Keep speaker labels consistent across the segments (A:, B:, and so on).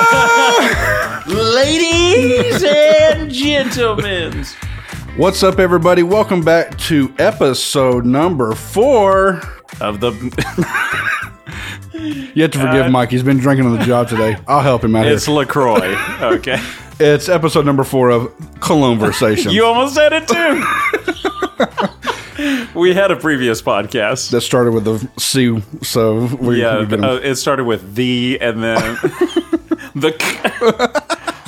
A: Hello!
B: Ladies and gentlemen.
A: What's up, everybody? Welcome back to episode number four.
B: Of the
A: You have to forgive Mike. He's been drinking on the job today. I'll help him out
B: it's
A: here.
B: LaCroix. Okay.
A: It's episode number four of Conversation.
B: You almost said it too. we had a previous podcast.
A: that started with the C, so we,
B: yeah,
A: we get him.
B: uh, it started with the and then the c-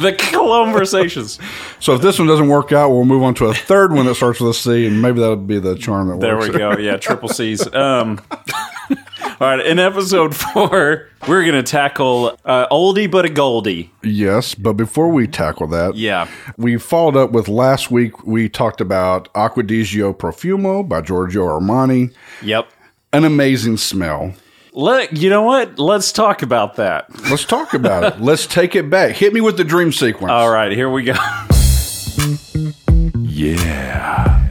B: the conversations.
A: so if this one doesn't work out, we'll move on to a third one that starts with a C, and maybe that'll be the charm that
B: There
A: works.
B: we go. Yeah, triple C's. Um, all right, in episode four, we're gonna tackle uh, oldie but a goldie.
A: Yes, but before we tackle that,
B: Yeah,
A: We followed up with last week. We talked about Acqua di Gio Profumo by Giorgio Armani,
B: yep.
A: an amazing smell.
B: Let you know what? Let's talk about that.
A: Let's talk about it. Let's take it back. Hit me with the dream sequence.
B: All right, here we go.
C: Yeah.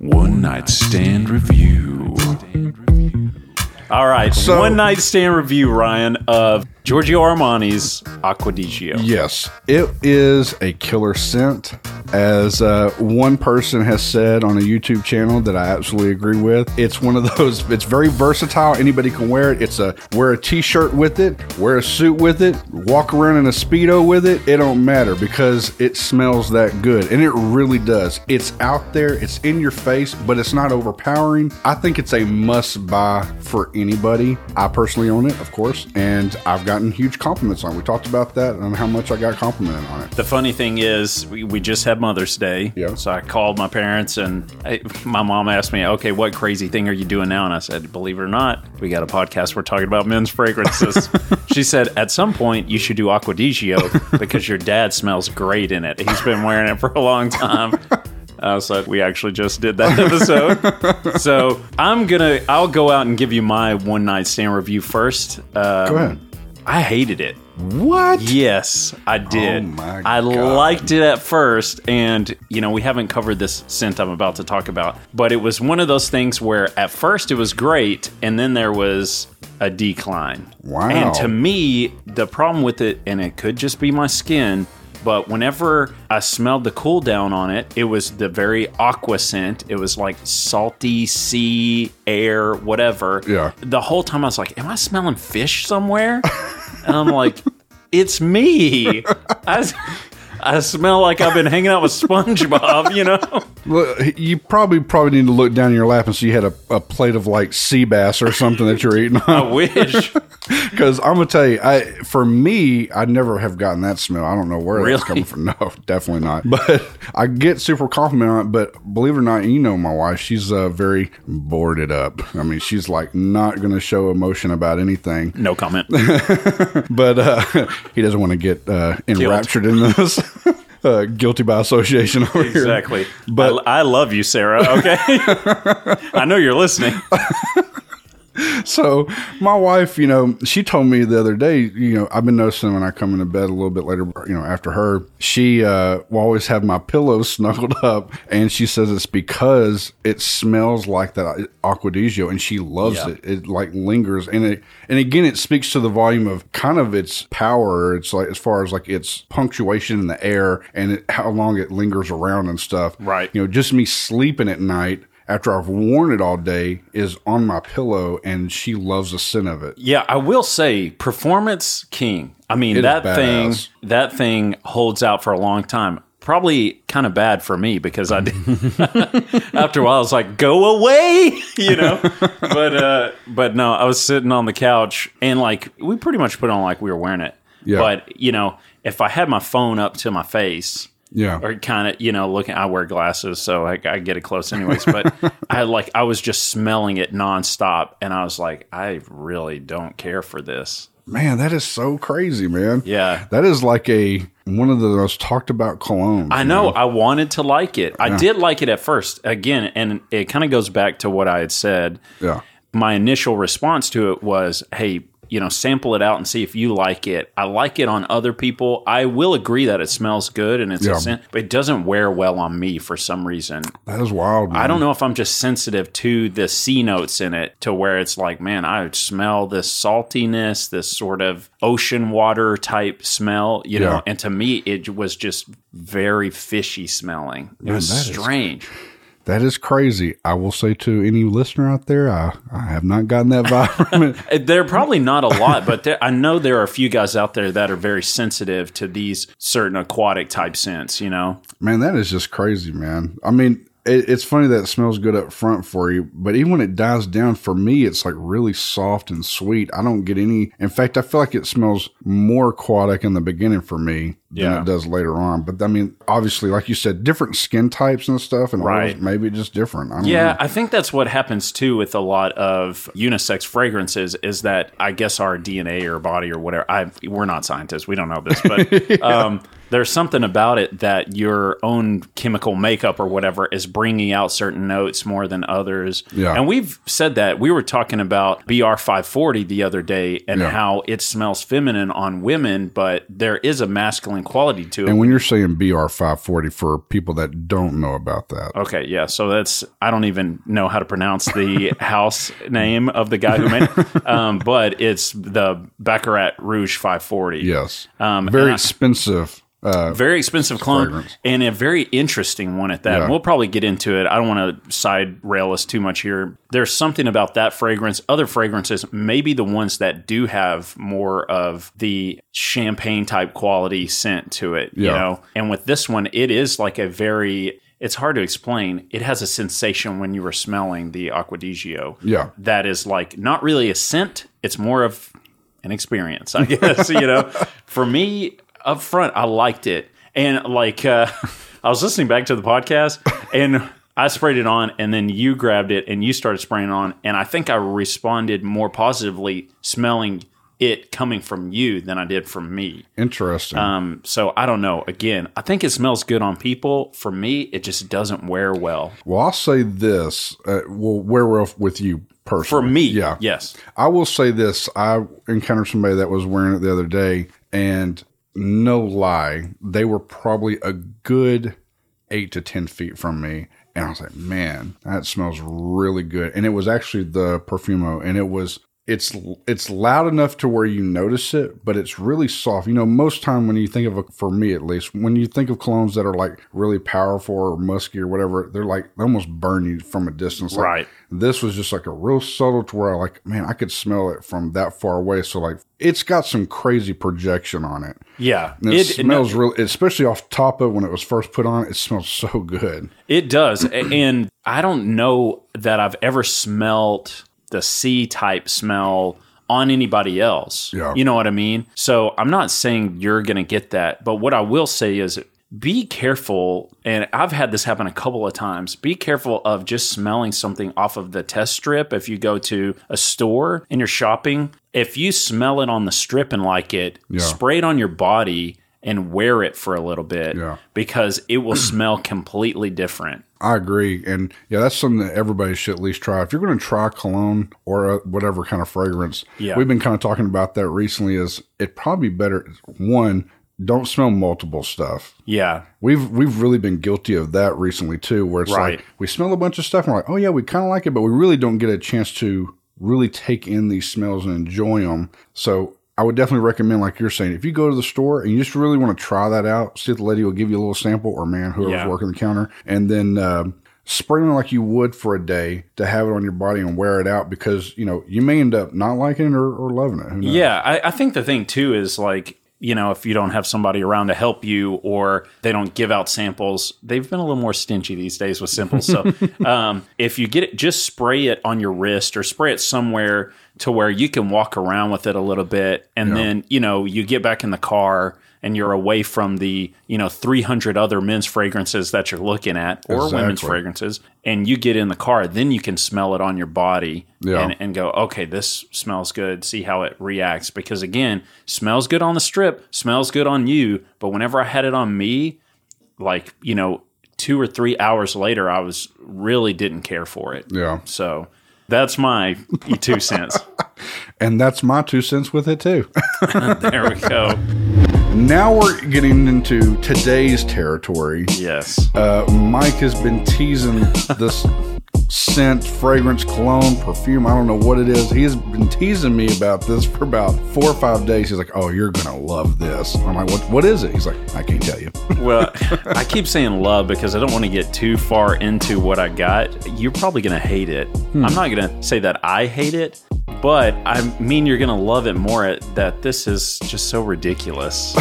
C: One night stand review.
B: All right,
A: So-
B: one night stand review, Ryan, of Giorgio Armani's Acqua di Gio.
A: Yes, it is a killer scent. As uh, one person has said on a YouTube channel that I absolutely agree with, it's one of those. It's very versatile. Anybody can wear it. It's a wear a t-shirt with it, wear a suit with it, walk around in a speedo with it. It don't matter because it smells that good, and it really does. It's out there. It's in your face, but it's not overpowering. I think it's a must-buy for anybody. I personally own it, of course, and I've gotten huge compliments on. it. We talked about that and how much I got complimented on it.
B: The funny thing is, we, we just had Mother's Day.
A: Yeah.
B: So I called my parents, and I, my mom asked me, okay, what crazy thing are you doing now? And I said, believe it or not, we got a podcast. We're talking about men's fragrances. she said, at some point, you should do Acqua di Gio because your dad smells great in it. He's been wearing it for a long time. Uh, so we actually just did that episode. so I'm gonna, I'll go out and give you my one night stand review first. Uh,
A: Go ahead.
B: I hated it.
A: What?
B: Yes, I did.
A: Oh my
B: I
A: God.
B: liked it at first, and you know we haven't covered this scent I'm about to talk about, but it was one of those things where at first it was great, and then there was a decline.
A: Wow.
B: And to me, the problem with it, and it could just be my skin. But whenever I smelled the cool down on it, it was the very aqua scent. It was like salty sea air, whatever.
A: Yeah.
B: The whole time I was like, "Am I smelling fish somewhere?" And I'm like, it's me. I, s- I smell like I've been hanging out with SpongeBob, you know?
A: Well, you probably probably need to look down your lap and see you had a, a plate of like sea bass or something that you're eating.
B: I wish.
A: Because I'm gonna tell you, I for me, I never have gotten that smell. I don't know where
B: Really?
A: that's coming from. No, definitely not. But I get super compliment on it. But believe it or not, you know my wife. She's uh, very boarded up. I mean, she's like not gonna show emotion about anything.
B: No comment.
A: But uh, he doesn't want to get uh, enraptured in this. Uh, guilty by association over here.
B: Exactly.
A: But-
B: But I, I love you, Sarah, okay? I know you're listening.
A: So my wife, you know, she told me the other day, you know, I've been noticing when I come into bed a little bit later, you know, after her, she uh, will always have my pillow snuggled up, and she says it's because it smells like that Aqua di Gio, and she loves
B: Yeah.
A: it. It like lingers, and it, and again, it speaks to the volume of kind of its power. It's like as far as like its punctuation in the air and it, how long it lingers around and stuff.
B: Right.
A: You know, just me sleeping at night after I've worn it all day is on my pillow, and she loves the scent of it.
B: Yeah, I will say performance king. I
A: It
B: mean
A: is
B: that thing
A: badass.
B: that thing holds out for a long time. Probably kind of bad for me because I did after a while I was like, go away, you know. but uh but no, I was sitting on the couch and like we pretty much put on like we were wearing it.
A: Yeah.
B: But you know, if I had my phone up to my face,
A: Yeah.
B: or kind of you know looking i wear glasses so I, I get it close anyways but i like i was just smelling it nonstop and i was like i really don't care for this
A: Man, that is so crazy, man.
B: Yeah.
A: That is like a one of the most talked about colognes.
B: i know i wanted to like it i did like it at first again and it kind of goes back to what i had said
A: Yeah.
B: my initial response to it was hey you know, sample it out and see if you like it. I like it on other people. I will agree that it smells good and it's
A: Yeah.
B: a scent, but it doesn't wear well on me for some reason.
A: That is wild. Man.
B: I don't know if I'm just sensitive to the C notes in it to where it's like, man, I smell this saltiness, this sort of ocean water type smell, you
A: Yeah.
B: know. And to me, it was just very fishy smelling. It was
A: that is-
B: strange.
A: That is crazy. I will say to any listener out there, I, I have not gotten that vibe from it.
B: Uh, There are probably not a lot, but there, I know there are a few guys out there that are very sensitive to these certain aquatic type scents, you know?
A: Man, that is just crazy, man. I mean, it, it's funny that it smells good up front for you, but even when it dies down, for me, it's like really soft and sweet. I don't get any. In fact, I feel like it smells more aquatic in the beginning for me than
B: Yeah.
A: it does later on. But I mean, obviously, like you said, different skin types and stuff, and
B: Right.
A: oils, maybe just different. I don't
B: Yeah,
A: know.
B: I think that's what happens too with a lot of unisex fragrances is that I guess our DNA or body or whatever. I we're not scientists, we don't know this, but um, there's something about it that your own chemical makeup or whatever is bringing out certain notes more than others.
A: Yeah.
B: and we've said that we were talking about BR540 the other day and
A: Yeah.
B: how it smells feminine on women, but there is a masculine quality to it.
A: And when you're saying BR540, for people that don't know about that,
B: Okay, yeah. So that's I don't even know how to pronounce the house name of the guy who made it, um, but it's the Baccarat Rouge 540.
A: yes,
B: Um,
A: very
B: and I-
A: expensive. Uh,
B: very expensive clone
A: fragrance.
B: and a very interesting one at that.
A: Yeah.
B: We'll probably get into it. I don't want to side rail us too much here. There's something about that fragrance. Other fragrances, maybe the ones that do have more of the champagne type quality scent to it, you
A: Yeah.
B: know. And with this one, it is like a very it's hard to explain. It has a sensation when you were smelling the Acquadigio
A: Yeah.
B: that is like not really a scent. It's more of an experience, I guess. you know, for me up front, I liked it, and like uh, I was listening back to the podcast, and I sprayed it on, and then you grabbed it and you started spraying it on, and I think I responded more positively smelling it coming from you than I did from me.
A: interesting.
B: Um, so I don't know. Again, I think it smells good on people. For me, it just doesn't wear well.
A: Well, I'll say this. Uh, well, where we're off with you
B: For
A: personally.
B: me,
A: yeah,
B: yes,
A: I will say this. I encountered somebody that was wearing it the other day, and no lie, they were probably a good eight to ten feet from me. And I was like, man, that smells really good. And it was actually the Perfumo, and it was it's it's loud enough to where you notice it, but it's really soft. You know, most time when you think of a, for me at least, when you think of colognes that are like really powerful or musky or whatever, they're like they almost burn you from a distance. Like,
B: Right.
A: this was just like a real subtle to where I like, man, I could smell it from that far away. So like, it's got some crazy projection on it.
B: yeah.
A: And it,
B: no-
A: smells real, especially off top of when it was first put on. It smells so good.
B: It does. A- and I don't know that I've ever smelt the C type smell on anybody else.
A: Yeah.
B: You know what I mean? So I'm not saying you're going to get that, but what I will say is be careful. And I've had this happen a couple of times. Be careful of just smelling something off of the test strip. If you go to a store and you're shopping, if you smell it on the strip and like it, spray it on your body and wear it for a little bit
A: Yeah.
B: because it will smell completely different.
A: I agree, and yeah, that's something that everybody should at least try. If you're going to try cologne or uh whatever kind of fragrance,
B: Yeah.
A: we've been kind of talking about that recently. Is it probably better one? Don't smell multiple stuff.
B: Yeah.
A: We've we've really been guilty of that recently too, where it's
B: Right.
A: like we smell a bunch of stuff and we're like, oh yeah, we kind of like it, but we really don't get a chance to really take in these smells and enjoy them. So I would definitely recommend, like you're saying, if you go to the store and you just really want to try that out, see if the lady will give you a little sample or man, whoever's
B: Yeah.
A: working the counter, and then. Um, Spray it like you would for a day to have it on your body and wear it out because you know you may end up not liking it or, or loving it. Who knows?
B: Yeah. I, I think the thing too is like, you know, if you don't have somebody around to help you or they don't give out samples, they've been a little more stingy these days with samples. So um, if you get it, just spray it on your wrist or spray it somewhere to where you can walk around with it a little bit. And then, you know, you get back in the car and you're away from the, you know, 300 other men's fragrances that you're looking at or women's
A: Exactly.
B: fragrances. fragrances and you get in the car, then you can smell it on your body
A: Yeah.
B: and, and go, okay, this smells good. See how it reacts. Because again, smells good on the strip, smells good on you. But whenever I had it on me, like, you know, two or three hours later, I was really didn't care for it.
A: yeah.
B: So that's my two cents.
A: And that's my two cents with it, too.
B: There we go.
A: now we're getting into today's territory.
B: Yes.
A: Uh, Mike has been teasing this scent, fragrance, cologne, perfume. I don't know what it is. He's been teasing me about this for about four or five days. He's like, "Oh, you're gonna love this." I'm like, "What? What is it?" He's like, "I can't tell you."
B: Well, I keep saying love because I don't want to get too far into what I got. You're probably going to hate it. I'm not going to say that I hate it, but I mean you're going to love it more at that this is just so ridiculous.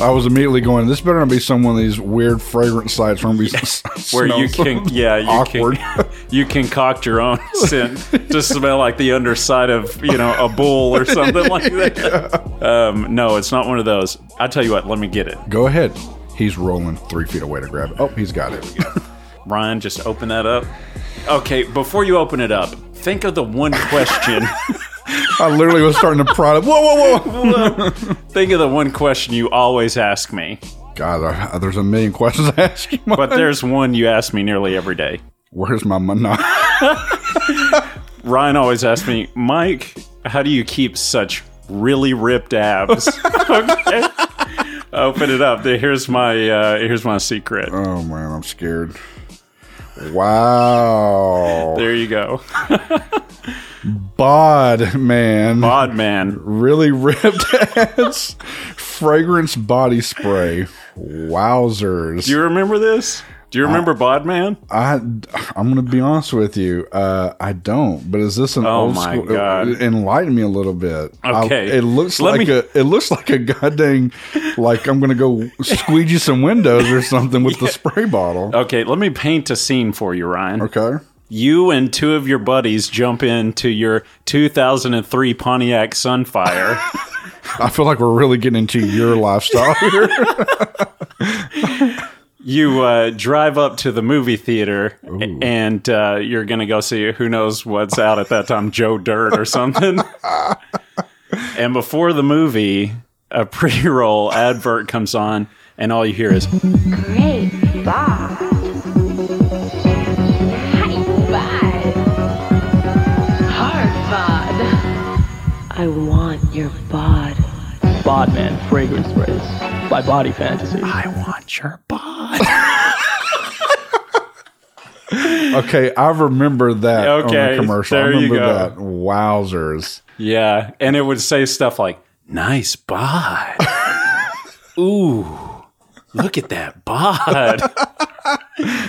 A: I was immediately going, "This better not be some one of these weird fragrance sites where, we s-
B: Where you
A: smell
B: can, yeah, you
A: awkward."
B: can, you concoct your own scent to smell like the underside of, you know, a bull or something like that. Um, no, it's not one of those. I tell you what, let me get it.
A: Go ahead. He's rolling three feet away to grab it. Oh, he's got it.
B: Ryan, just open that up. Okay, before you open it up, think of the one question.
A: I literally was starting to prod. Whoa, whoa, whoa!
B: think of the one question you always ask me,
A: God, I, there's a million questions I ask you.
B: but there's one you ask me nearly every day.
A: Where's my money?
B: Ryan always asks me, Mike, how do you keep such really ripped abs? okay. Open it up. There- Here's my uh, here's my secret.
A: Oh man, I'm scared. Wow.
B: There you go.
A: Bod man.
B: Bod man.
A: Really ripped ass. Fragrance body spray. Wowzers.
B: Do you remember this? Do you remember Bod Man?
A: I I'm gonna be honest with you. Uh I don't, but is this an
B: Oh,
A: old
B: my
A: school uh,
B: God.
A: enlighten me a little bit. I-
B: Okay.
A: it looks
B: Let
A: like
B: me-
A: a it looks like a goddamn like I'm gonna go squeegee some windows or something with the spray bottle.
B: Okay, let me paint a scene for you, Ryan.
A: Okay.
B: You and two of your buddies jump into your 2003 Pontiac Sunfire.
A: I feel like we're really getting into your lifestyle here.
B: you uh, drive up to the movie theater and uh, you're going to go see who knows what's out at that time, Joe Dirt or something. and before the movie, a pre roll advert comes on, and all you hear is,
D: Great bod. High bod. Hard bod. I want your bod.
E: Bodman fragrance sprays by Body Fantasy.
B: I want your bod.
A: Okay, I remember that on
B: Okay,
A: the commercial. I
B: there you
A: remember
B: go.
A: that. Wowzers.
B: yeah. And it would say stuff like, nice bod. Ooh, look at that bod.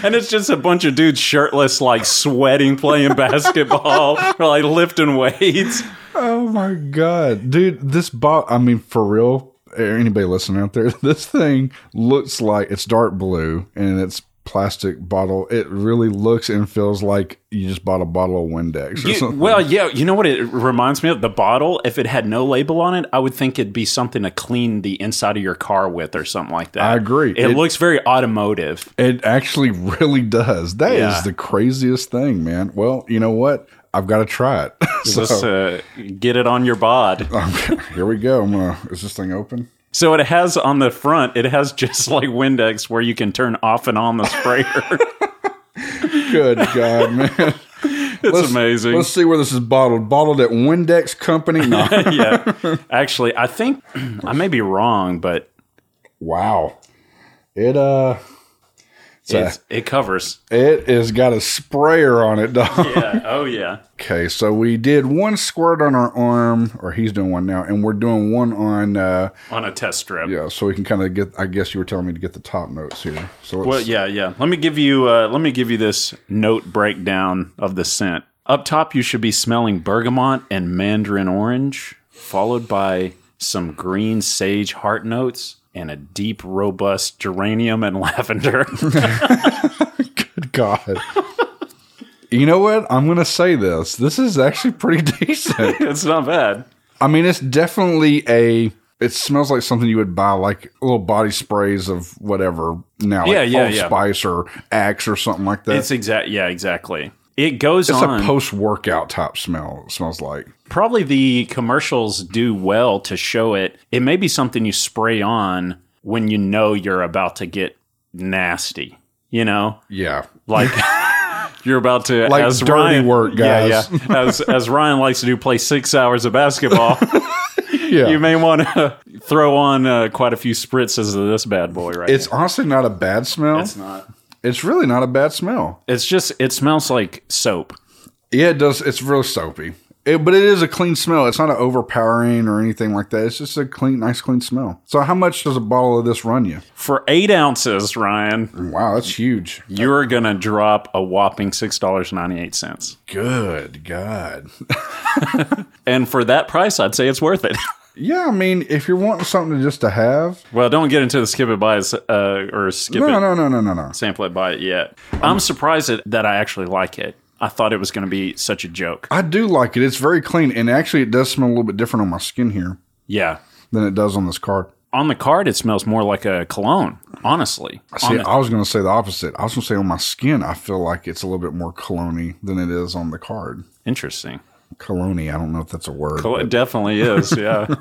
B: And it's just a bunch of dudes shirtless, like sweating, playing basketball, or like lifting weights.
A: Oh my god. Dude, this bot I mean for real, anybody listening out there, this thing looks like it's dark blue and it's plastic bottle. It really looks and feels like you just bought a bottle of Windex or
B: You-
A: something.
B: well, yeah, you know what it reminds me of? The bottle, if it had no label on it, I would think it'd be something to clean the inside of your car with or something like that.
A: I agree.
B: It,
A: It-
B: looks very automotive.
A: It actually really does. That is
B: Yeah.
A: the craziest thing, man. Well, you know what? I've got to try it. so,
B: Just uh, get it on your bod.
A: here we go. I'm gonna is this thing open?
B: So it has on the front, it has just like Windex where you can turn off and on the sprayer.
A: Good God, man.
B: it's amazing.
A: Let's see where this is bottled. Bottled at Windex Company. No.
B: yeah. Actually, I think I may be wrong, but
A: wow. It uh
B: it's, it covers.
A: it has got a sprayer on it, dog.
B: Yeah. Oh, yeah.
A: Okay, so we did one squirt on our arm, or he's doing one now, and we're doing one on uh
B: On a test strip.
A: yeah, so we can kind of get I guess you were telling me to get the top notes here. So let's
B: Well, yeah, yeah. Let me give you uh, let me give you this note breakdown of the scent. Up top, you should be smelling bergamot and mandarin orange, followed by some green sage heart notes and a deep, robust geranium and lavender.
A: Good God. You know what? I'm going to say this. This is actually pretty decent.
B: it's not bad.
A: I mean, it's definitely a. It smells like something you would buy, like little body sprays of whatever now, like
B: Yeah, yeah,
A: Old
B: yeah.
A: Spice or Axe or something like that.
B: It's
A: It's,
B: exact. Yeah, exactly. It goes on.
A: a post-workout type smell. It smells like
B: Probably the commercials do well to show it. It may be something you spray on when you know you're about to get nasty. You know,
A: yeah,
B: like You're about to
A: Like
B: as
A: dirty
B: Ryan,
A: work,
B: Yeah,
A: guys.
B: yeah. As as Ryan likes to do, play six hours of basketball.
A: Yeah.
B: You may want to throw on uh, quite a few spritzes of this bad boy, right?
A: it's honestly not a bad smell.
B: now. it's not.
A: It's really not a bad smell.
B: It's just it smells like soap.
A: Yeah, it does. It's real soapy. It, but it is a clean smell. It's not an overpowering or anything like that. It's just a clean, nice, clean smell. So, how much does a bottle of this run you?
B: For eight ounces, Ryan,
A: Wow, that's huge.
B: you're gonna drop a whopping six dollars ninety eight cents.
A: Good God.
B: And for that price, I'd say it's worth it.
A: Yeah, I mean, if you're wanting something just to have,
B: well, don't get into the skip it by uh, or skip
A: no,
B: it
A: no, no, no, no, no.
B: sample it by it yet. I'm surprised that, that I actually like it. I thought it was gonna be such a joke.
A: I do like it. It's very clean, and actually, it does smell a little bit different on my skin here
B: Yeah.
A: than it does on this card.
B: On the card, it smells more like a cologne. Honestly,
A: See,
B: On the-
A: I was going to say the opposite. I was going to say on my skin, I feel like it's a little bit more cologne than it is on the card.
B: interesting.
A: Cologne, I don't know if that's a word.
B: Well, it definitely is. Yeah.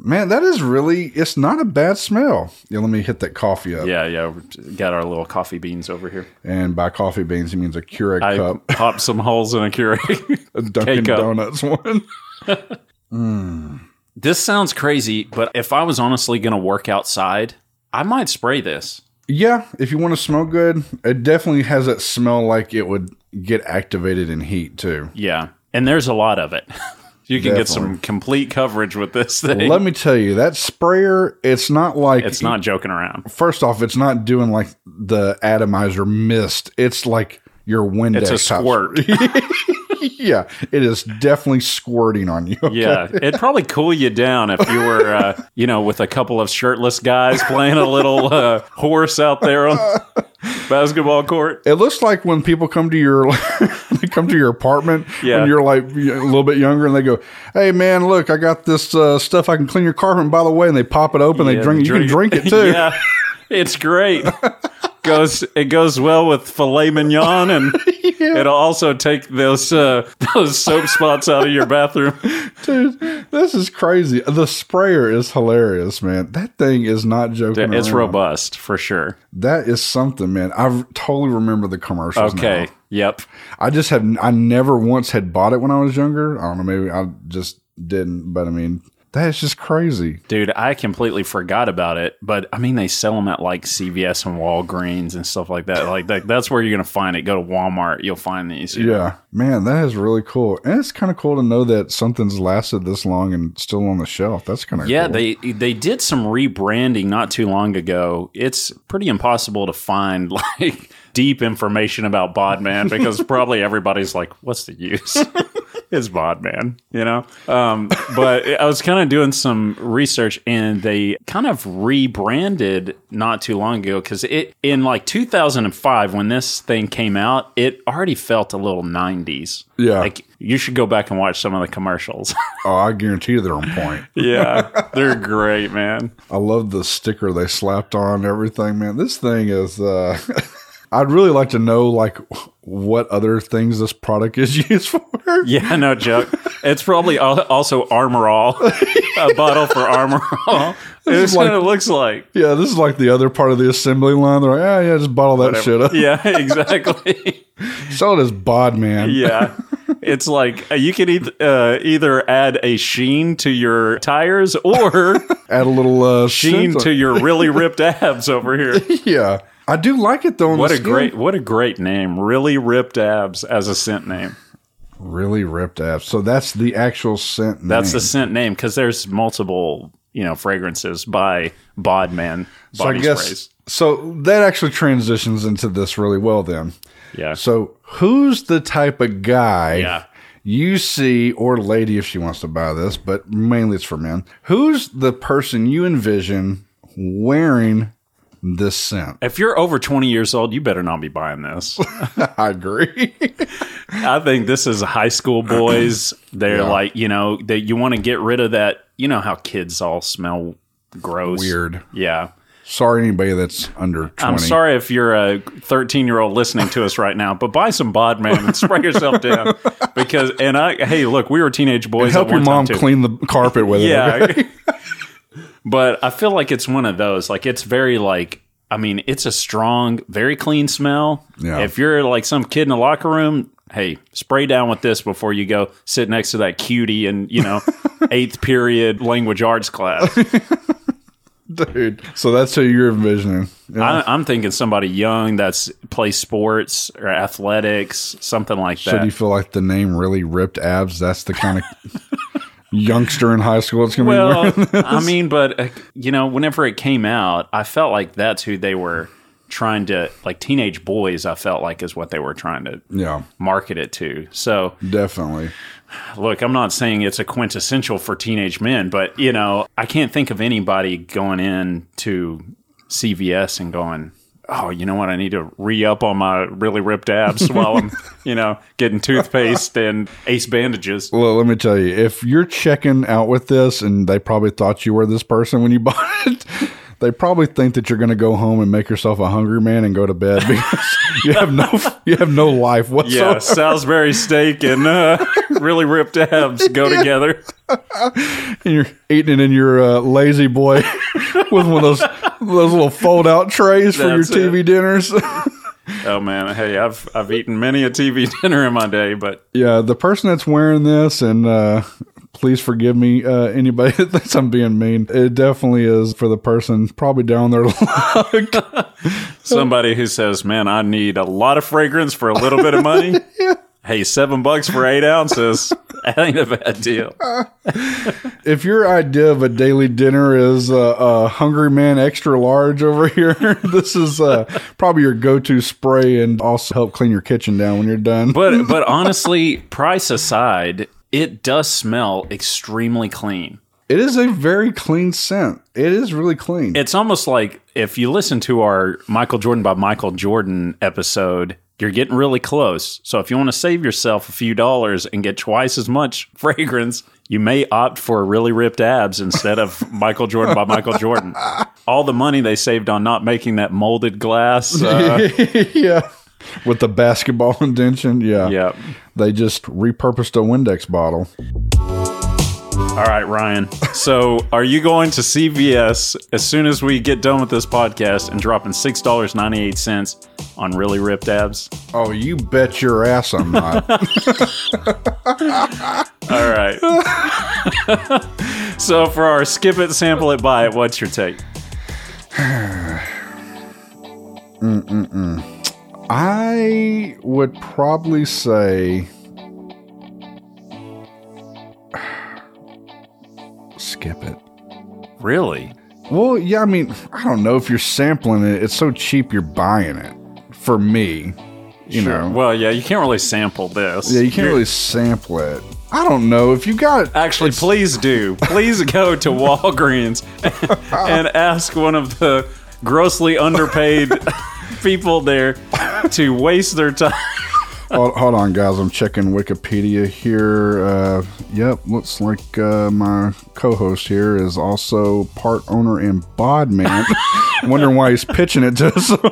A: Man, that is really, it's not a bad smell. Yeah, let me hit that coffee up.
B: Yeah, yeah. we Got our little coffee beans over here.
A: And by coffee beans, he means a Keurig
B: I
A: cup,
B: popped some holes in a Keurig.
A: a Dunkin'
B: K-cup.
A: Donuts one.
B: this sounds crazy, but if I was honestly going to work outside, I might spray this.
A: yeah, if you want to smell good, it definitely has that smell like it would get activated in heat too.
B: Yeah. And there's a lot of it. you can get some
A: Definitely.
B: complete coverage with this thing.
A: Let me tell you, that sprayer, it's not like
B: it's not joking around.
A: First off, it's not doing like the atomizer mist. It's like your window.
B: It's a squirt.
A: Yeah, it is definitely squirting on you.
B: Yeah, it'd probably cool you down if you were, uh, you know, with a couple of shirtless guys playing a little uh, horse out there on the basketball court.
A: It looks like when people come to your they come to your apartment
B: Yeah.
A: when you're like a little bit younger and they go, "Hey man, look, I got this uh, stuff I can clean your carpet." And by the way, and they pop it open, they
B: Yeah,
A: drink. You can drink it too.
B: yeah, it's great. Goes it goes well with filet mignon, and it'll also take those uh, those soap spots out of your bathroom.
A: Dude, this is crazy. The sprayer is hilarious, man. That thing is not joking.
B: It's
A: around.
B: robust for sure.
A: That is something, man. I totally remember the commercials.
B: Okay,
A: now.
B: yep.
A: I just have I never once had bought it when I was younger. I don't know, maybe I just didn't, but I mean, that is just crazy.
B: Dude, I completely forgot about it, but I mean, they sell them at like CVS and Walgreens and stuff like that. Like, that, that's where you're gonna find it. Go to Walmart, you'll find these.
A: Yeah. Man, that is really cool. And it's kind of cool to know that something's lasted this long and still on the shelf. That's kind of
B: Yeah,
A: cool.
B: they they did some rebranding not too long ago. It's pretty impossible to find like deep information about Bodman because probably everybody's like, "What's the use?" it's Bodman, you know. Um, but I was kind of doing some research, and they kind of rebranded not too long ago because it in like 2005 when this thing came out, it already felt a little 90s.
A: Yeah.
B: like you should go back and watch some of the commercials.
A: oh, I guarantee you they're on point.
B: yeah, they're great, man.
A: I love the sticker they slapped on everything, man. This thing is uh I'd really like to know like what other things this product is used for.
B: Yeah, no joke. It's probably al- also Armor All, a bottle for Armor All. It's
A: is
B: what
A: like-
B: it looks like.
A: Yeah, this is like the other part of the assembly line. They're like, ah, yeah, just bottle that shit up.
B: Yeah, exactly.
A: Sell it as bod, man.
B: Yeah. It's like uh, you can eith- uh, either add a sheen to your tires or
A: Add a little uh,
B: sheen
A: scent
B: to
A: on-
B: your really ripped abs over here.
A: Yeah, I do like it though. on
B: What
A: the
B: a
A: skin.
B: great what a great name. Really ripped abs as a scent name.
A: really ripped abs. So that's the actual scent.
B: That's
A: name.
B: the scent name cuz there's multiple, you know, fragrances by Bodman
A: So I
B: body
A: guess
B: sprays.
A: so that actually transitions into this really well then.
B: Yeah.
A: So who's the type of guy?
B: Yeah.
A: You see, or lady if she wants to buy this, but mainly it's for men. Who's the person you envision wearing this scent?
B: If you're over 20 years old, you better not be buying this.
A: I agree.
B: I think this is high school boys. They're
A: Yeah.
B: like, you know, that you want to get rid of that. You know how kids all smell gross.
A: Weird.
B: Yeah.
A: Sorry, anybody that's under 20.
B: I'm sorry if you're a 13 year old listening to us right now, but buy some Bodman and spray yourself down because. And I, hey, look, we were teenage boys.
A: Help
B: at
A: your
B: one time,
A: mom
B: too.
A: clean the carpet with it. okay?
B: Yeah. but I feel like it's one of those. Like it's very like I mean, it's a strong, very clean smell.
A: Yeah.
B: If you're like some kid in a locker room, hey, spray down with this before you go sit next to that cutie in, you know, eighth period language arts class.
A: dude. So that's who you're envisioning. Yeah.
B: I, I'm thinking somebody young that's plays sports or athletics, something like
A: So
B: that.
A: do you feel like the name really ripped abs? That's the kind of youngster in high school it's gonna be.
B: Well,
A: wearing?
B: I mean, but uh, you know, whenever it came out, I felt like that's who they were trying to like teenage boys. I felt like is what they were trying to
A: Yeah,
B: market it to. So,
A: definitely.
B: look, I'm not saying it's a quintessential for teenage men, but you know, I can't think of anybody going in to CVS and going. Oh, you know what? I need to re up on my really ripped abs while I'm, you know, getting toothpaste and ace bandages.
A: Well, let me tell you, if you're checking out with this and they probably thought you were this person when you bought it, they probably think that you're going to go home and make yourself a hungry man and go to bed because you have no you have no life
B: Yeah,
A: whatsoever.
B: Salisbury steak and uh, really ripped abs go together.
A: And you're eating it in your uh, lazy boy with one of those those little fold out trays for
B: That's
A: your TV
B: it.
A: dinners.
B: Oh man, hey, I've I've eaten many a TV dinner in my day, but
A: yeah, the person that's wearing this and. uh Please forgive me, uh, anybody that thinks I'm being mean. It definitely is for the person probably down their luck.
B: somebody who says, "Man, I need a lot of fragrance for a little bit of money." Hey, seven bucks for eight ounces. That ain't a bad deal.
A: If your idea of a daily dinner is a uh, uh, Hungry Man extra large over here, this is uh, probably your go-to spray and also help clean your kitchen down when you're done.
B: But but honestly, price aside, it does smell extremely clean.
A: it is a very clean scent. It is really clean.
B: it's almost like if you listen to our Michael Jordan by Michael Jordan episode, you're getting really close. So if you want to save yourself a few dollars and get twice as much fragrance, you may opt for really ripped abs instead of Michael Jordan by Michael Jordan. All the money they saved on not making that molded glass. Uh,
A: yeah. With the basketball indention, yeah.
B: yeah.
A: They just repurposed a Windex bottle.
B: All right, Ryan. So are you going to CVS as soon as we get done with this podcast and dropping $6.98 on really ripped abs?
A: Oh, you bet your ass I'm not.
B: All right. so for our skip it, sample it, buy it, what's your take?
A: I would probably say skip it.
B: Really?
A: Well, yeah, I mean, I don't know if you're sampling it. It's so cheap you're buying it. For me, you know.
B: Well, yeah, you can't really sample this.
A: yeah, you can't really sample it. I don't know if you got
B: Actually, please do. Please go to Walgreens and ask one of the grossly underpaid people there to waste their time.
A: hold, hold on, guys. I'm checking Wikipedia here. Uh, yep, looks like uh, my co-host here is also part owner and bod man. Wondering why he's pitching it to us.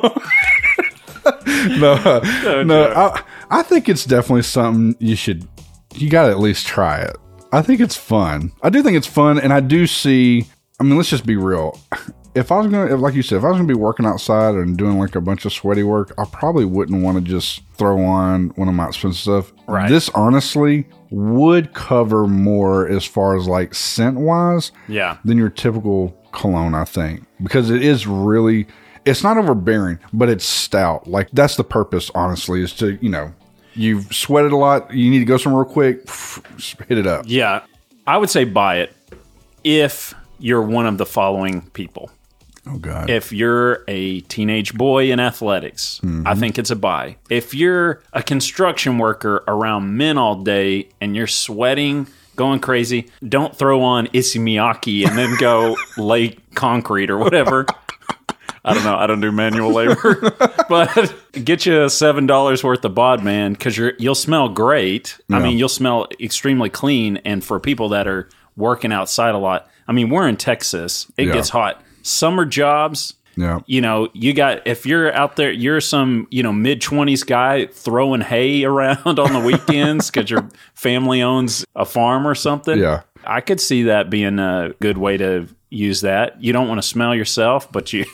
A: no, uh, no. I, I think it's definitely something you should. You got to at least try it. I think it's fun. I do think it's fun, and I do see. I mean, let's just be real. If I was gonna, if, like you said, if I was gonna be working outside and doing like a bunch of sweaty work, I probably wouldn't want to just throw on one of my expensive stuff.
B: Right.
A: This honestly would cover more as far as like scent wise
B: Yeah.
A: than your typical cologne, I think, because it is really, it's not overbearing, but it's stout. Like that's the purpose, honestly, is to, you know, you've sweated a lot, you need to go somewhere real quick, just hit it up.
B: Yeah. I would say buy it if you're one of the following people.
A: Oh, God.
B: If you're a teenage boy in athletics, I think it's a buy. If you're a construction worker around men all day and you're sweating, going crazy, don't throw on Issey Miyake and then go lay concrete or whatever. I don't know. I don't do manual labor, but get you seven dollars worth of bod man because you're you'll smell great. I mean, you'll smell extremely clean. And for people that are working outside a lot, I mean, we're in Texas. It
A: Yeah.
B: gets hot. Summer jobs.
A: Yeah.
B: You know, you got if you're out there, you're some you know mid twenties guy throwing hay around on the weekends because your family owns a farm or something.
A: Yeah.
B: I could see that being a good way to use that. You don't want to smell yourself, but you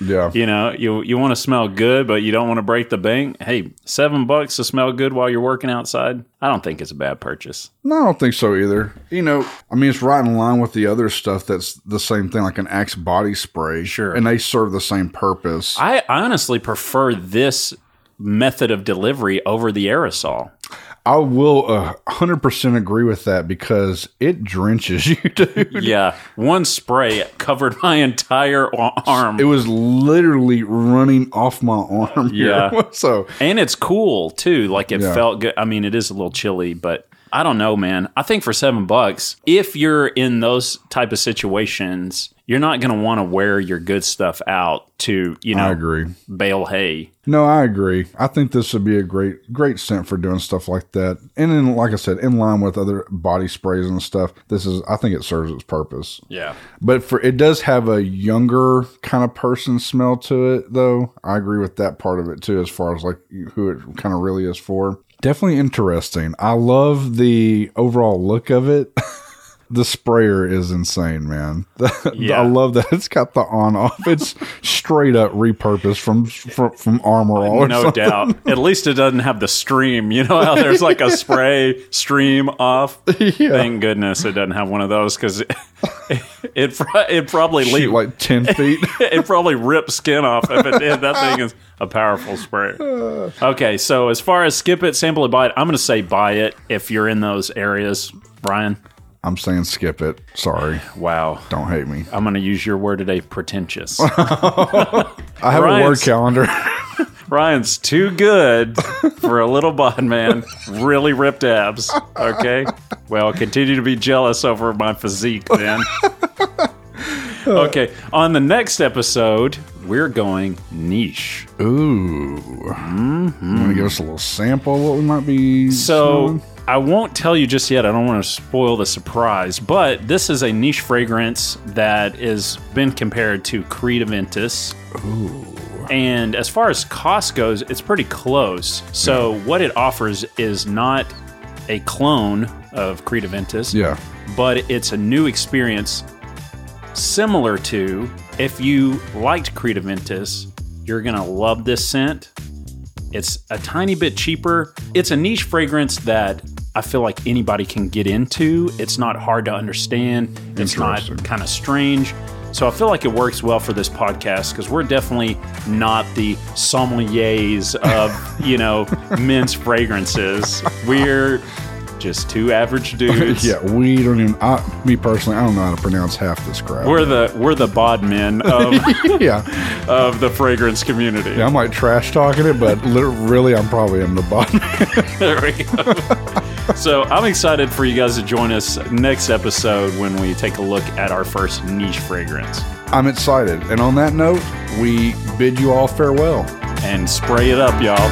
A: Yeah.
B: You know, you you want to smell good, but you don't want to break the bank. Hey, seven bucks to smell good while you're working outside. I don't think it's a bad purchase.
A: No, I don't think so either. You know, I mean, it's right in line with the other stuff that's the same thing, like an Axe body spray.
B: Sure.
A: And they serve the same purpose.
B: I honestly prefer this method of delivery over the aerosol.
A: I will uh, 100% agree with that because it drenches you, dude.
B: Yeah, one spray covered my entire a- arm.
A: It was literally running off my arm. here.
B: Yeah.
A: so,
B: And it's cool too. Like it
A: Yeah.
B: felt good. I mean, it is a little chilly, but I don't know, man. I think for seven bucks, if you're in those type of situations, you're not going to want to wear your good stuff out to, you know,
A: I agree.
B: bale hay.
A: No, I agree. I think this would be a great, great scent for doing stuff like that. And then, like I said, in line with other body sprays and stuff, this is, I think it serves its purpose.
B: Yeah.
A: But for it does have a younger kind of person smell to it, though. I agree with that part of it too, as far as like who it kind of really is for. Definitely interesting. I love the overall look of it. the sprayer is insane, man.
B: Yeah.
A: I love that it's got the on off. It's straight up repurposed from from, from Armor All. or
B: no
A: something.
B: doubt. At least it doesn't have the stream. You know how there's like a spray stream off? Thank goodness it doesn't have one of those because it, it, pro- it probably
A: Shoot,
B: leaked
A: like ten feet.
B: it probably ripped skin off if it did. That thing is a powerful spray. Okay, so as far as skip it, sample it, buy it, I'm going to say buy it if you're in those areas, Brian.
A: I'm saying skip it. Sorry,
B: Wow.
A: don't hate me.
B: I'm going to use your word today, pretentious.
A: I have a word
B: Ryan's-
A: calendar.
B: Brian's too good for a little bod man. Really ripped abs. Okay. Well, continue to be jealous over my physique then. Okay. On the next episode, we're going niche.
A: Ooh. Want to give us a little sample of what we might be.
B: So
A: smelling?
B: I won't tell you just yet. I don't want to spoil the surprise, but this is a niche fragrance that has been compared to Creed Aventus. And as far as cost goes, it's pretty close. So what it offers is not a clone of Creed Aventus,
A: yeah.
B: but it's a new experience similar to if you liked Creed Aventus, you're going to love this scent. It's a tiny bit cheaper. It's a niche fragrance that I feel like anybody can get into. It's not hard to understand. It's not
A: Interesting.
B: kind of strange. So I feel like it works well for this podcast because we're definitely not the sommeliers of, you know, men's fragrances. We're just two average dudes.
A: Yeah, we don't even. I, me personally, I don't know how to pronounce half this crap.
B: We're the we're the bod men of,
A: yeah,
B: of the fragrance community.
A: yeah, I'm like trash talking it, but lit really, I'm probably in the bottom.
B: There we go. so I'm excited for you guys to join us next episode when we take a look at our first niche fragrance
A: I'm excited. And on that note, we bid you all farewell.
B: and spray it up, y'all.